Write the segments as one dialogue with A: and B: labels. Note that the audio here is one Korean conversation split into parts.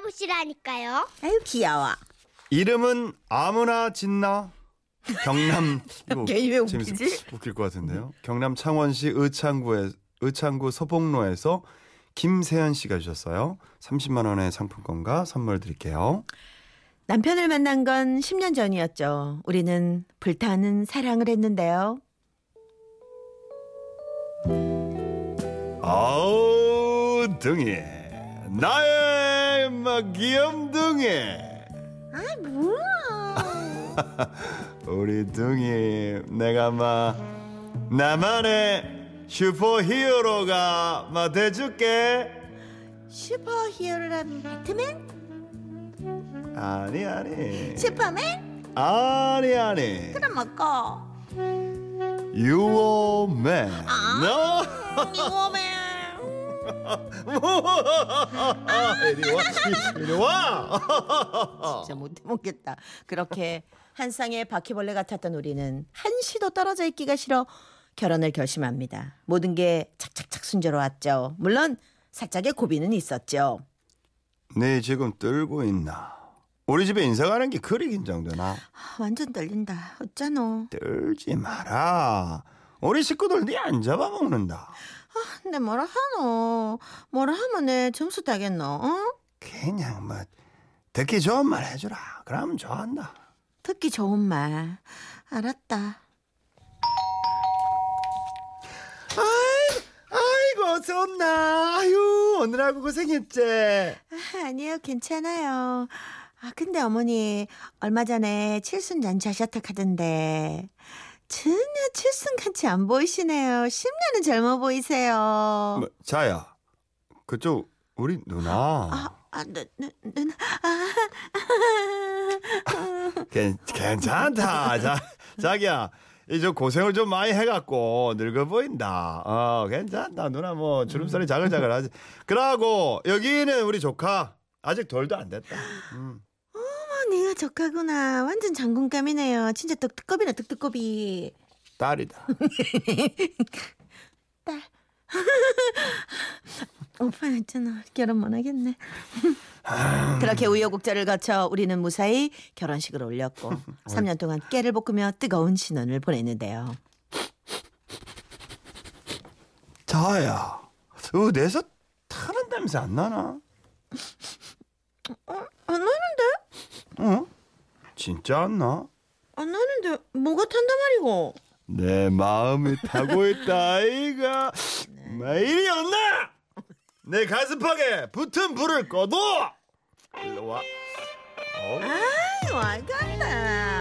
A: 곳이라니까요.
B: 아유 귀여워.
C: 이름은 아무나 짓나 경남 이거
B: 걔왜
C: 재밌을-
B: 웃기지?
C: 웃길 것 같은데요. 경남 창원시 의창구에 의창구 서봉로에서 김세현 씨가 주셨어요. 30만 원의 상품권과 선물 드릴게요.
B: 남편을 만난 건 10년 전이었죠. 우리는 불타는 사랑을 했는데요.
C: 아우 등이 나의 막 귀염둥이
A: 아 뭐야?
C: 우리 등이 내가 막 나만의 슈퍼히어로가 막 돼줄게
B: 슈퍼히어로라면 배트맨?
C: 아니 아니
B: 슈퍼맨?
C: 아니 아니
B: 먹고
C: 유어맨 너
B: 이거맨
C: 이리 와 이리 와
B: 어. 진짜 못해 먹겠다. 그렇게 한 쌍의 바퀴벌레 같았던 우리는 한시도 떨어져 있기가 싫어 결혼을 결심합니다. 모든 게 착착착 순조로웠죠. 물론 살짝의 고비는 있었죠.
C: 네 지금 떨고 있나 우리 집에 인사 가는 게 그리 긴장되나
B: 아, 완전 떨린다. 어쩌노?
C: 떨지 마라 우리 식구들 네 안 잡아먹는다
B: 근데 뭐라 하노? 뭐라 하면 내 점수 따겠노? 어?
C: 그냥 뭐 듣기 좋은 말 해주라 그러면 좋아한다
B: 듣기 좋은 말. 알았다.
C: 아이, 아이고 어서 온나. 아유 오늘하고 고생했지.
B: 아, 아니요, 괜찮아요. 아, 근데 어머니, 얼마 전에 칠순 연차셨다 하던데, 전혀 칠순 같이 안 보이시네요. 10년은 젊어 보이세요.
C: 뭐, 자야 그쪽 우리 누나
B: 아, 누, 누, 누나, 아,
C: 괜, 괜찮다. 자 자기야 이제 고생을 좀 많이 해갖고 늙어 보인다. 어 괜찮다 누나 뭐 주름살이 자글자글하지. 그러고 여기는 우리 조카 아직 덜도 안 됐다. 음.
B: 어, 네가 조카구나. 완전 장군감이네요. 진짜 뚝뚝거비네, 뚝뚝거비.
C: 딸이다.
B: 딸. 오빠 있잖아. 결혼 못 하겠네.
C: 아.
B: 그렇게 우여곡절을 거쳐 우리는 무사히 결혼식을 올렸고 3년 동안 깨를 볶으며 뜨거운 신혼을 보냈는데요.
C: 자야 어, 내서 타는 냄새 안 나나?
B: 안 나는데?
C: 어? 진짜 안 나?
B: 안 나는데 뭐가 탄다 말이고.
C: 내 마음이 타고 있다 아이가 마 이리 온나 내 가슴팍에 붙은 불을 꺼도 일로 와 어?
B: 아유, 알겠다.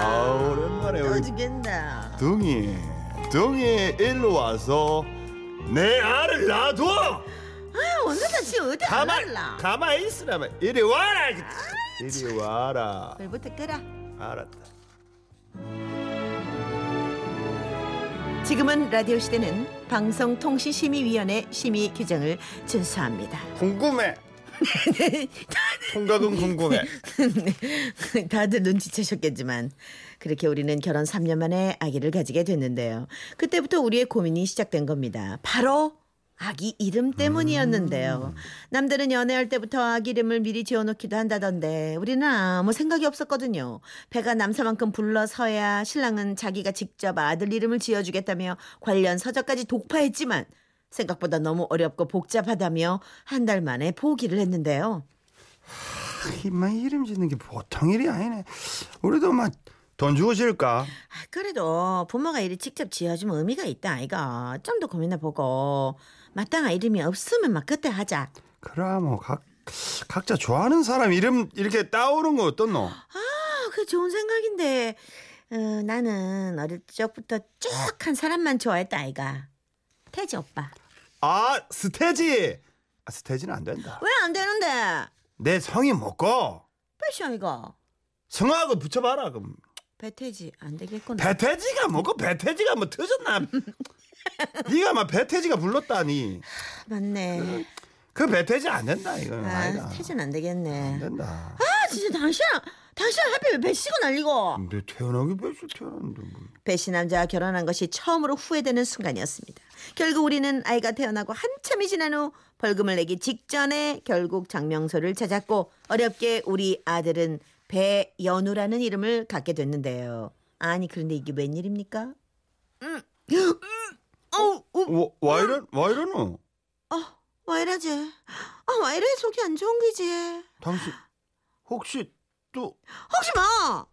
C: 아 오랜만에 우리
B: 죽겠다.
C: 둥이 둥이 일로 와서 내 알을 놔둬
B: 오늘 다시 어디
C: 가만 가만 있으라며 이리 와라 이리 와라
B: 불부터 끄라.
C: 알았다
B: 지금은 라디오 시대는 방송통신심의위원회 심의 규정을 준수합니다.
C: 궁금해 통각은 궁금해 아,
B: 네. 다들 눈치채셨겠지만 그렇게 우리는 결혼 3년 만에 아기를 가지게 됐는데요. 그때부터 우리의 고민이 시작된 겁니다. 바로 아기 이름 때문이었는데요. 남들은 연애할 때부터 아기 이름을 미리 지어놓기도 한다던데 우리는 아무 생각이 없었거든요. 배가 남사만큼 불러서야 신랑은 자기가 직접 아들 이름을 지어주겠다며 관련 서적까지 독파했지만 생각보다 너무 어렵고 복잡하다며 한 달 만에 포기를 했는데요.
C: 이만 이름 짓는 게 보통 일이 아니네. 우리도 막 돈 주고 질까?
B: 아, 그래도 부모가 이리 직접 지어주면 의미가 있다 아이가 좀 더 고민해보고 마땅한 이름이 없으면 막 그때 하자 아,
C: 그럼 뭐각 각자 좋아하는 사람 이름 이렇게 따오는 거 어떻노?
B: 아, 그 좋은 생각인데 어, 나는 어릴 적부터 쭉 한 사람만 좋아했다 아이가 태지 오빠
C: 아 스테지. 아, 스테지는 안 된다.
B: 왜 안 되는데
C: 내 성이 뭐고
B: 패션 이거
C: 성하고 붙여봐라 그럼.
B: 배태지 안 되겠구나
C: 배태지가 뭐고 배태지가 뭐 터졌나? 네가 막 배태지가 불렀다니.
B: 맞네
C: 그 배태지 안 된다 이거는
B: 아
C: 음, 아니다.
B: 태진 안
C: 안
B: 되겠네
C: 된다.
B: 아 진짜 당신 당신 하필 왜 배시고 날리고
C: 근데 태어나기 뺐어 태어났는데 뭐.
B: 배시 남자와 결혼한 것이 처음으로 후회되는 순간이었습니다. 결국 우리는 아이가 태어나고 한참이 지난 후 벌금을 내기 직전에 결국 장명소를 찾았고 어렵게 우리 아들은 배연우라는 이름을 갖게 됐는데요. 아니 그런데 이게 웬일입니까? 음. 음. 어우, 어,
C: 와, 와 이런 와 이러노?
B: 아, 왜 이러지? 아, 왜 이래 속이 안 좋은 기지?
C: 당신 혹시 또
B: 혹시 뭐?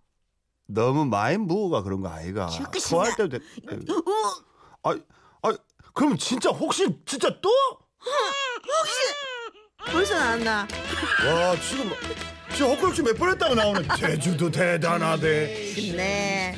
C: 너무 많이 무어가 그런 거 아이가?
B: 죽겠습니다.
C: 소화할 때도 그 돼.
B: 어, 어,
C: 아, 아 그럼 진짜 혹시 진짜 또?
B: 벌써 나왔나?
C: 와 지금 지금 헛구역질 몇 번 했다고 나오는 제주도 대단하대.
B: 네.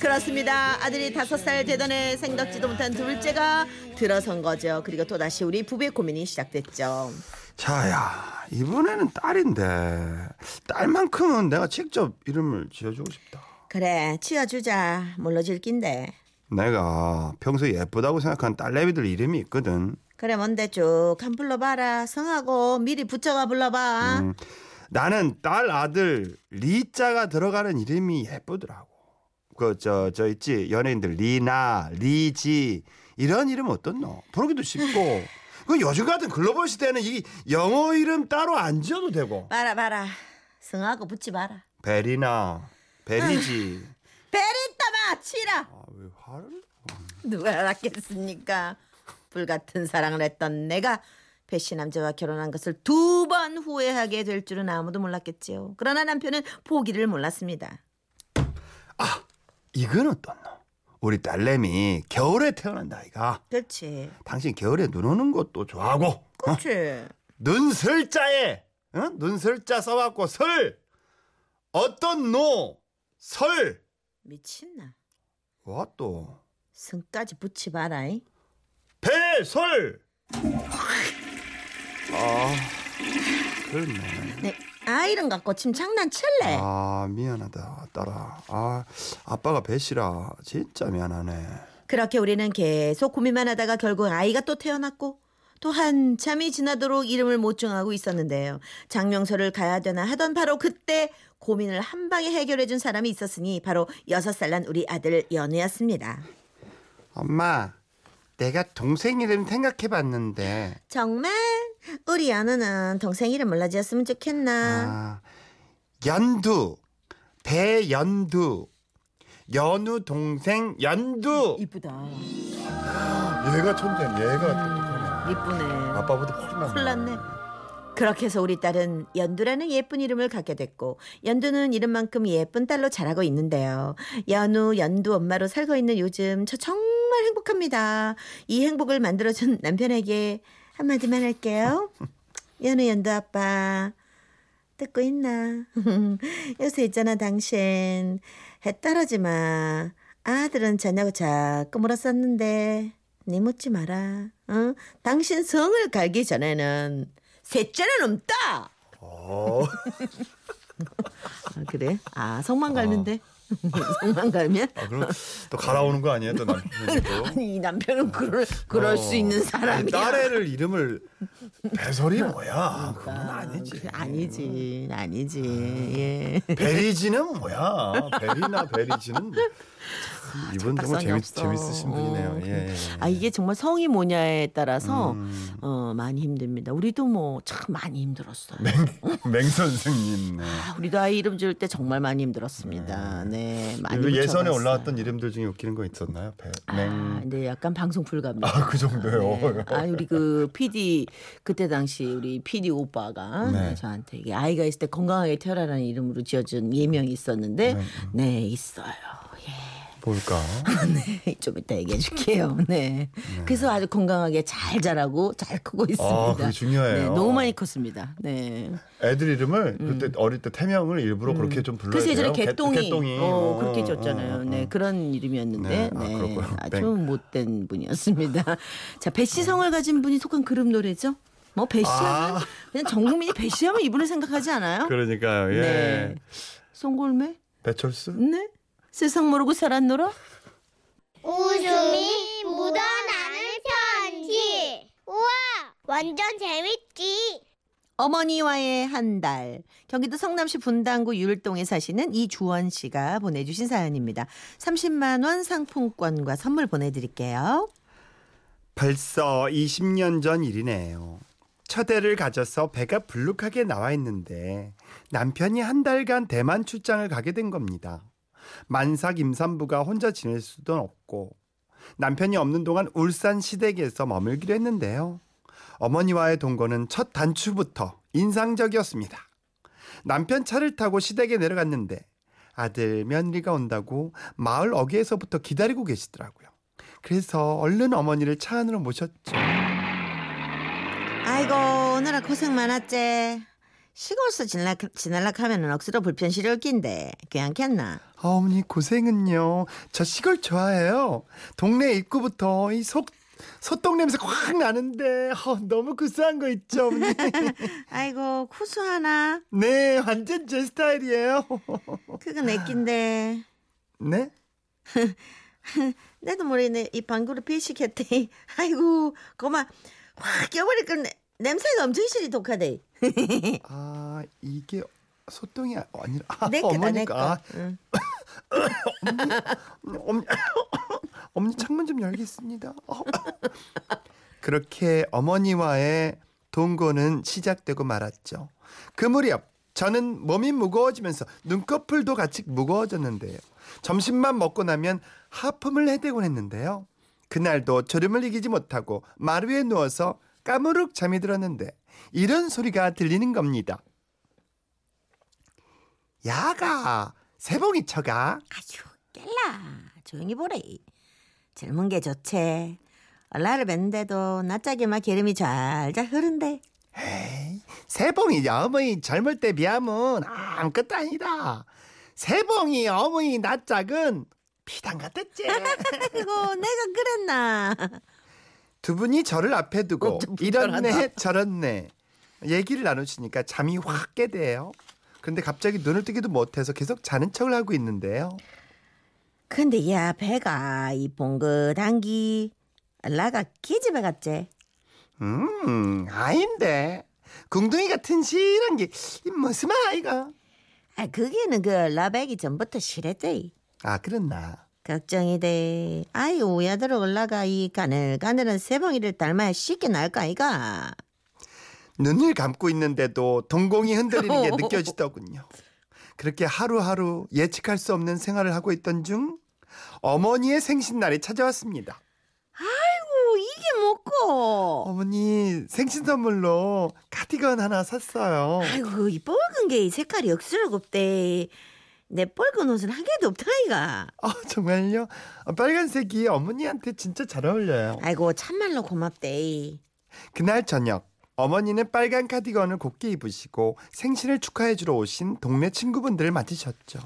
B: 그렇습니다. 아들이 다섯 살 되더니 생각지도 못한 둘째가 들어선 거죠. 그리고 또 다시 우리 부부의 고민이 시작됐죠.
C: 자야 이번에는 딸인데 딸만큼은 내가 직접 이름을 지어주고 싶다.
B: 그래, 치워주자. 물러질 낀데.
C: 내가 평소 에 예쁘다고 생각한 딸내미들 이름이 있거든.
B: 그래, 뭔데 쭉 한 불러봐라. 성하고 미리 붙여가 불러봐.
C: 음, 나는 딸 아들 리자가 들어가는 이름이 예쁘더라고. 그 저 저 있지 연예인들 리나 리지 이런 이름 어떻노? 부르기도 쉽고. 그 요즘 같은 글로벌 시대는 이 영어 이름 따로 안 지어도 되고.
B: 봐라, 봐라. 성하고 붙지 마라.
C: 베리나 베리지.
B: 베리따마 치라.
C: 아 왜 화를?
B: 누가 알았겠습니까? 불같은 사랑을 했던 내가 배씨 남자와 결혼한 것을 두 번 후회하게 될 줄은 아무도 몰랐겠지요. 그러나 남편은 포기를 몰랐습니다.
C: 이건 어떻노? 우리 딸내미 겨울에 태어난다 이가.
B: 그렇지.
C: 당신 겨울에 눈 오는 것도 좋아하고. 어?
B: 그렇지.
C: 눈설자에 어? 눈설자 써갖고 설 어떤 노설
B: 미친나.
C: 와또
B: 승까지 붙이 마라. 이.
C: 배설 아 그렇네
B: 네. 아이런 갖고 지금 장난칠래.
C: 아 미안하다 딸아 아 아빠가 배시라 진짜 미안하네
B: 그렇게 우리는 계속 고민만 하다가 결국 아이가 또 태어났고 또 한참이 지나도록 이름을 못 정하고 있었는데요. 장명소를 가야 되나 하던 바로 그때 고민을 한 방에 해결해 준 사람이 있었으니 바로 여섯 살 난 우리 아들 연우였습니다.
C: 엄마 내가 동생 이름 생각해봤는데
B: 정말 우리 연우는 동생 이름 몰라 지었으면 좋겠나.
C: 아, 연두 배연두 연우 동생 연두
B: 이쁘다.
C: 얘가 천재야 얘가
B: 이쁘네.
C: 아빠보다 훨씬
B: 큰일 났네. 그렇게 해서 우리 딸은 연두라는 예쁜 이름을 갖게 됐고 연두는 이름만큼 예쁜 딸로 자라고 있는데요. 연우, 연두 엄마로 살고 있는 요즘 저 정말 행복합니다. 이 행복을 만들어준 남편에게 한마디만 할게요. 연우, 연두 아빠 듣고 있나? 요새 있잖아 당신 해 떨어지 마. 아들은 자냐고 자꾸 물었었는데 네 묻지 마라. 응? 당신 성을 갈기 전에는 셋째는 없다.
C: 어,
B: 아, 그래? 아 성만
C: 어.
B: 갈면 돼? 성만 갈면?
C: 아, 그럼 또 갈아오는 거 아니에요 또 남편이 또
B: 아니 이 남편은 그럴 그럴
C: 어.
B: 수 있는
C: 아니,
B: 사람이야. 그러니까.
C: 딸애를 이름을 배설이 뭐야 그건 아니지
B: 그, 아니지 아니지 예.
C: 베리지는 뭐야 베리나 베리지는 참, 이분 정말
B: 박상이
C: 재밌,
B: 없어.
C: 재밌으신 분이네요
B: 아, 어,
C: 예, 예, 예.
B: 아 이게 정말 성이 뭐냐에 따라서
C: 음.
B: 어 많이 힘듭니다. 우리도 뭐 참 많이 힘들었어요.
C: 네. 예. 맹 선생님 네.
B: 아, 우리도 아이 이름 지을 때 정말 많이 힘들었습니다. 네, 많이
C: 그리고 예선에
B: 붙여봤어요.
C: 올라왔던 이름들 중에 웃기는 거 있었나요? 배,
B: 아,
C: 맹.
B: 근데 약간 방송 불가입니다.
C: 아, 그 정도요?
B: 네. 아, 우리 그 PD 그때 당시 우리 PD 오빠가
C: 네.
B: 저한테 이게 아이가 있을 때 건강하게 태어나라는 이름으로 지어준 예명이 있었는데 네, 있어요.
C: 뭘까?
B: 예. 좀 이따 얘기해 줄게요. 네. 그래서 아주 건강하게 잘 자라고 잘 크고 있습니다.
C: 아, 그게 중요해요.
B: 네, 너무 많이 컸습니다. 네.
C: 애들 이름을 그때 어릴 때 태명을 일부러 그렇게 좀 불러요.
B: 음. 그래서 예전에 개똥이,
C: 개똥이.
B: 어,
C: 어,
B: 그렇게
C: 어,
B: 졌잖아요.
C: 어, 어.
B: 네 그런 이름이었는데
C: 네,
B: 네,
C: 아, 그렇군요.
B: 아,
C: 땡.
B: 좀 못된 분이었습니다. 자 배시성을 가진 분이 속한 그룹 노래죠. 뭐 배시하면
C: 아.
B: 그냥 전 국민이 배시하면 이분을 생각하지 않아요?
C: 그러니까요. 예.
B: 네. 송골매
C: 배철수?
B: 네 세상 모르고 살았노라
A: 웃음이 묻어나는 편지. 우와, 완전 재밌지.
B: 어머니와의 한 달. 경기도 성남시 분당구 율동에 사시는 이주원 씨가 보내주신 사연입니다. 30만 원 상품권과 선물 보내드릴게요.
C: 벌써 20년 전 일이네요. 첫애를 가져서 배가 불룩하게 나와 있는데 남편이 한 달간 대만 출장을 가게 된 겁니다. 만사 김산부가 혼자 지낼 수도 없고 남편이 없는 동안 울산 시댁에서 머물기로 했는데요. 어머니와의 동거는 첫 단추부터 인상적이었습니다. 남편 차를 타고 시댁에 내려갔는데 아들 며느리가 온다고 마을 어귀에서부터 기다리고 계시더라고요. 그래서 얼른 어머니를 차 안으로 모셨죠.
B: 아이고 오늘아 고생 많았제. 시골서 지날락, 지날락 하면은 억수로 불편시려울 낀데 괜찮겠나?
C: 아, 어머니 고생은요. 저 시골 좋아해요. 동네 입구부터 이 속, 소똥 냄새 확 나는데 어, 너무 구수한 거 있죠, 어머니.
B: 아이고 쿠수하나?
C: 네, 완전 제 스타일이에요.
B: 그거 내 낀데.
C: 네?
B: 나도 모르겠네 이 방구를 피식했대. 아이고 고마 확 껴버릴 건 내- 냄새가 엄청 실이 독하대.
C: 아, 이게 소똥이 아니라 아,
B: 내 거다 내 거.
C: 어머니가 아,
B: 응.
C: 어머니, 어머니 창문 좀 열겠습니다. 어. 그렇게 어머니와의 동거는 시작되고 말았죠. 그 무렵 저는 몸이 무거워지면서 눈꺼풀도 같이 무거워졌는데요. 점심만 먹고 나면 하품을 해대곤 했는데요. 그날도 졸음을 이기지 못하고 마루에 누워서 까무룩 잠이 들었는데 이런 소리가 들리는 겁니다. 야가 새봉이 쳐가
B: 아휴 깰라 조용히 보래. 젊은 게 좋지. 얼라를 뵀는데도 낯짝에만 기름이 잘잘 흐른대.
C: 세봉이 어머니 젊을 때 비하면 아무것도 아니다. 세봉이 어머니 낯짝은 피단 같았지.
B: 아이고 내가 그랬나.
C: 두 분이 저를 앞에 두고
B: 엄청 불편하다.
C: 이렇네 저렇네 얘기를 나누시니까 잠이 확 깨대요. 그런데 갑자기 눈을 뜨기도 못해서 계속 자는 척을 하고 있는데요.
B: 근데 야 배가 이 봉긋한 기 얼라가 기집애 같지.
C: 음, 아닌데. 궁둥이 같은 실한 게 이 무슨 아이가?
B: 아 그게는 그 얼라 배기 전부터 실했대.
C: 아 그랬나.
B: 걱정이 돼. 아이 우야대로 올라가 이 가늘가늘한 새봉이를 닮아야 쉽게 나을 거 아이가.
C: 눈을 감고 있는데도 동공이 흔들리는 게 느껴지더군요. 그렇게 하루하루 예측할 수 없는 생활을 하고 있던 중 어머니의 생신날이 찾아왔습니다.
B: 오 이게 뭐고.
C: 어머니 생신 선물로 카디건 하나 샀어요.
B: 아이고 이 뻘건 게 이 색깔이 억수로 곱대. 내 뻘건 옷은 한 개도 없다 아이가.
C: 아 정말요? 아, 빨간색이 어머니한테 진짜 잘 어울려요.
B: 아이고 참말로 고맙대.
C: 그날 저녁 어머니는 빨간 카디건을 곱게 입으시고 생신을 축하해 주러 오신 동네 친구분들을 맞으셨죠.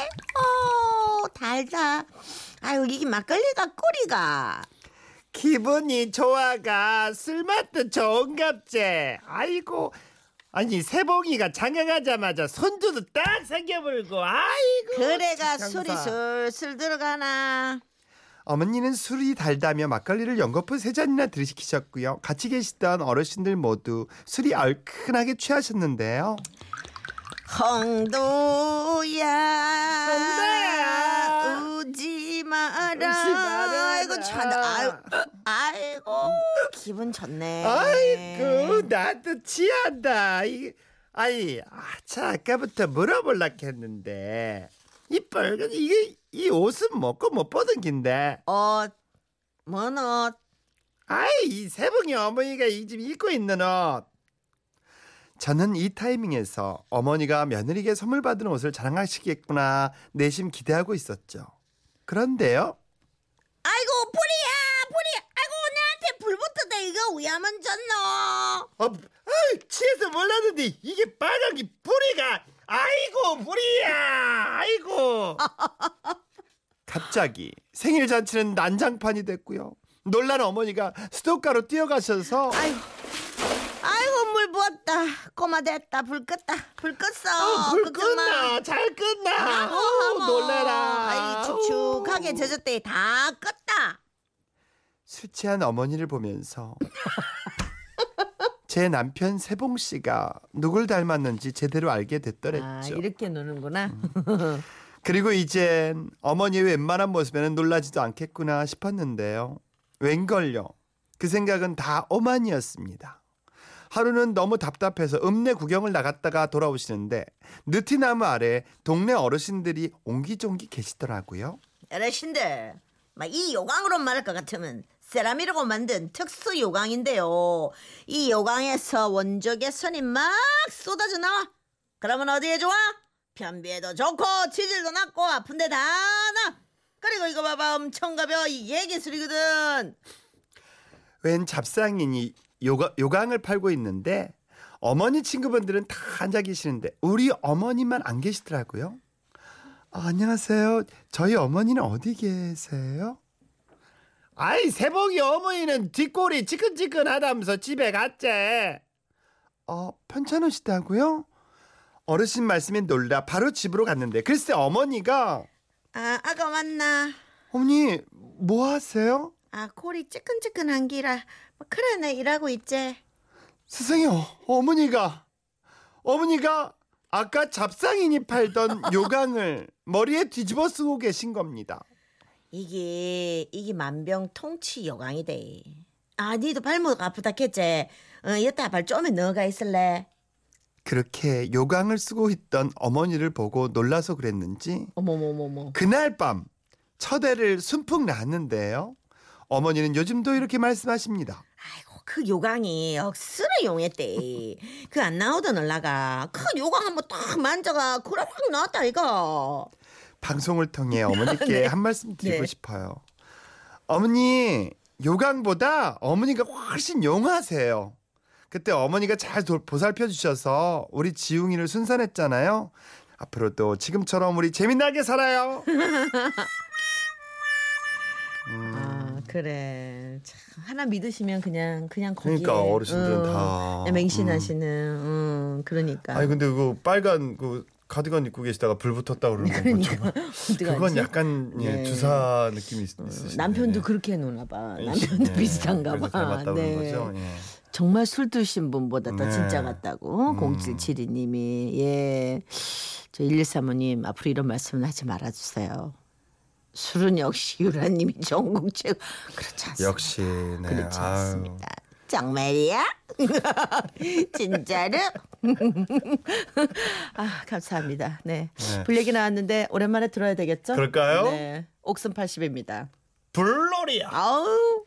B: 어 달다. 아이고 이게 막걸리가 꼬리가.
C: 기분이 좋아가 술맛도 좋은갑제 아이고 아니 세봉이가 장가가자마자 손주도 딱 생겨버리고 아이고
B: 그래가
C: 장사.
B: 술이 술술 들어가나.
C: 어머니는 술이 달다며 막걸리를 연거푸 세 잔이나 들이키셨고요 같이 계시던 어르신들 모두 술이 얼큰하게 취하셨는데요
B: 홍도야.
C: 홍도야.
B: 우지 마라.
C: 울지 마라.
B: 아이고 좋다. 아이고, 아이고 기분 좋네. 네.
C: 나도 취한다 이, 아이 아차 아까부터 물어볼라 했는데 이 빨간 이게 이 옷은 먹고 못 보던 긴데
B: 옷. 뭔 옷?
C: 아이 이 세봉이 어머니가 이 집 입고 있는 옷. 저는 이 타이밍에서 어머니가 며느리에게 선물 받은 옷을 자랑하시겠구나 내심 기대하고 있었죠. 그런데요.
B: 아이고 뿌리야 뿌리. 아이고 나한테 불 붙었다 이거 우야만 졌노.
C: 어, 아이, 취해서 몰랐는데 이게 빨간 게 뿌리가 아이고 뿌리야 아이고 갑자기 생일 잔치는 난장판이 됐고요 놀란 어머니가 수도가로 뛰어가셔서
B: 아이고. 아이고 물 부었다. 꼬마 됐다. 불 껐다. 불 껐어.
C: 불
B: 걱정 마.
C: 끝나 잘 끝나
B: 아우, 어머.
C: 그 어, 놀래라 어.
B: 아이
C: 아우.
B: 축축하게 젖었대 다 껐다
C: 술 취한 어머니를 보면서 제 남편 세봉 씨가 누굴 닮았는지 제대로 알게 됐더랬죠.
B: 아, 이렇게 노는구나.
C: 음. 그리고 이젠 어머니의 웬만한 모습에는 놀라지도 않겠구나 싶었는데요. 웬걸요. 그 생각은 다 오만이었습니다. 하루는 너무 답답해서 읍내 구경을 나갔다가 돌아오시는데 느티나무 아래 동네 어르신들이 옹기종기 계시더라고요.
D: 어르신들, 막이 요강으로 말할 것 같으면 세라미라고 만든 특수 요강인데요. 이 요강에서 원적의 선이 막 쏟아져 나와. 그러면 어디에 좋아? 변비에도 좋고 치질도 낫고 아픈데 다 나. 그리고 이거 봐봐 엄청 가벼워 이 예기술이거든.
C: 웬 잡상인이 요강, 을 팔고 있는데 어머니 친구분들은 다 앉아 계시는데 우리 어머니만 안 계시더라고요. 아, 안녕하세요. 저희 어머니는 어디 계세요? 아이 세복이 어머니는 뒷골이 지끈지끈하다면서 집에 갔제. 어 편찮으시다고요? 어르신 말씀에 놀라 바로 집으로 갔는데 글쎄 어머니가
D: 아 아까 왔나?
C: 어머니 뭐 하세요?
D: 아 골이 찌끈찌끈한 기라 뭐, 그래 내 일하고 있지.
C: 세상에 어, 어머니가 어머니가 아까 잡상인이 팔던 요강을 머리에 뒤집어 쓰고 계신 겁니다.
D: 이게 이게 만병통치 요강이 돼. 아, 니도 발목 아프다 했지. 어, 여따 발 좀에 넣어가 있을래.
C: 그렇게 요강을 쓰고 있던 어머니를 보고 놀라서 그랬는지
B: 어머머머머.
C: 그날 밤 처대를 순풍 났는데요. 어머니는 요즘도 이렇게 말씀하십니다.
D: 아이고 그 요강이 억수로 용했대. 그 안 나오던 올라가. 그 요강 한번 딱 만져가. 그래 확 나왔다 이거.
C: 방송을 통해 어머니께 한 말씀 드리고
B: 네.
C: 싶어요. 어머니 요강보다 어머니가 훨씬 용하세요. 그때 어머니가 잘 도- 보살펴 주셔서 우리 지웅이를 순산했잖아요. 앞으로도 지금처럼 우리 재미나게 살아요. 음,
B: 아, 그래. 참, 하나 믿으시면 그냥 그냥 거기에. 네,
C: 그러니까 어르신들은 다.
B: 그냥 맹신하시는. 음, 그러니까.
C: 아니 근데 그 빨간 그 카디건 입고 계시다가 불 붙었다 그러는 거
B: 그러니까 어떡하지?
C: 그건 약간 예,
B: 네.
C: 주사 느낌이 있, 있으시네.
B: 남편도 그렇게 해놓나 봐. 남편도
C: 예,
B: 비슷한가
C: 그래서
B: 봐. 네.
C: 닮았다 그런 거죠. 예.
B: 정말 술 드신 분보다 더
C: 네. 음.
B: 진짜 같다고 0772님이 예. 저 1135님 앞으로 이런 말씀은 하지 말아주세요. 술은 역시 유라님이 전국 최고 그렇지 않습니다.
C: 역시 네.
B: 그렇지
C: 아유.
B: 않습니다.
D: 정말이야? 진짜로?
B: 아 감사합니다. 네,
C: 네.
B: 불 얘기 나왔는데 오랜만에 들어야 되겠죠?
C: 그럴까요?
B: 네, 옥슨 80입니다.
C: 불놀이야.
B: 아우.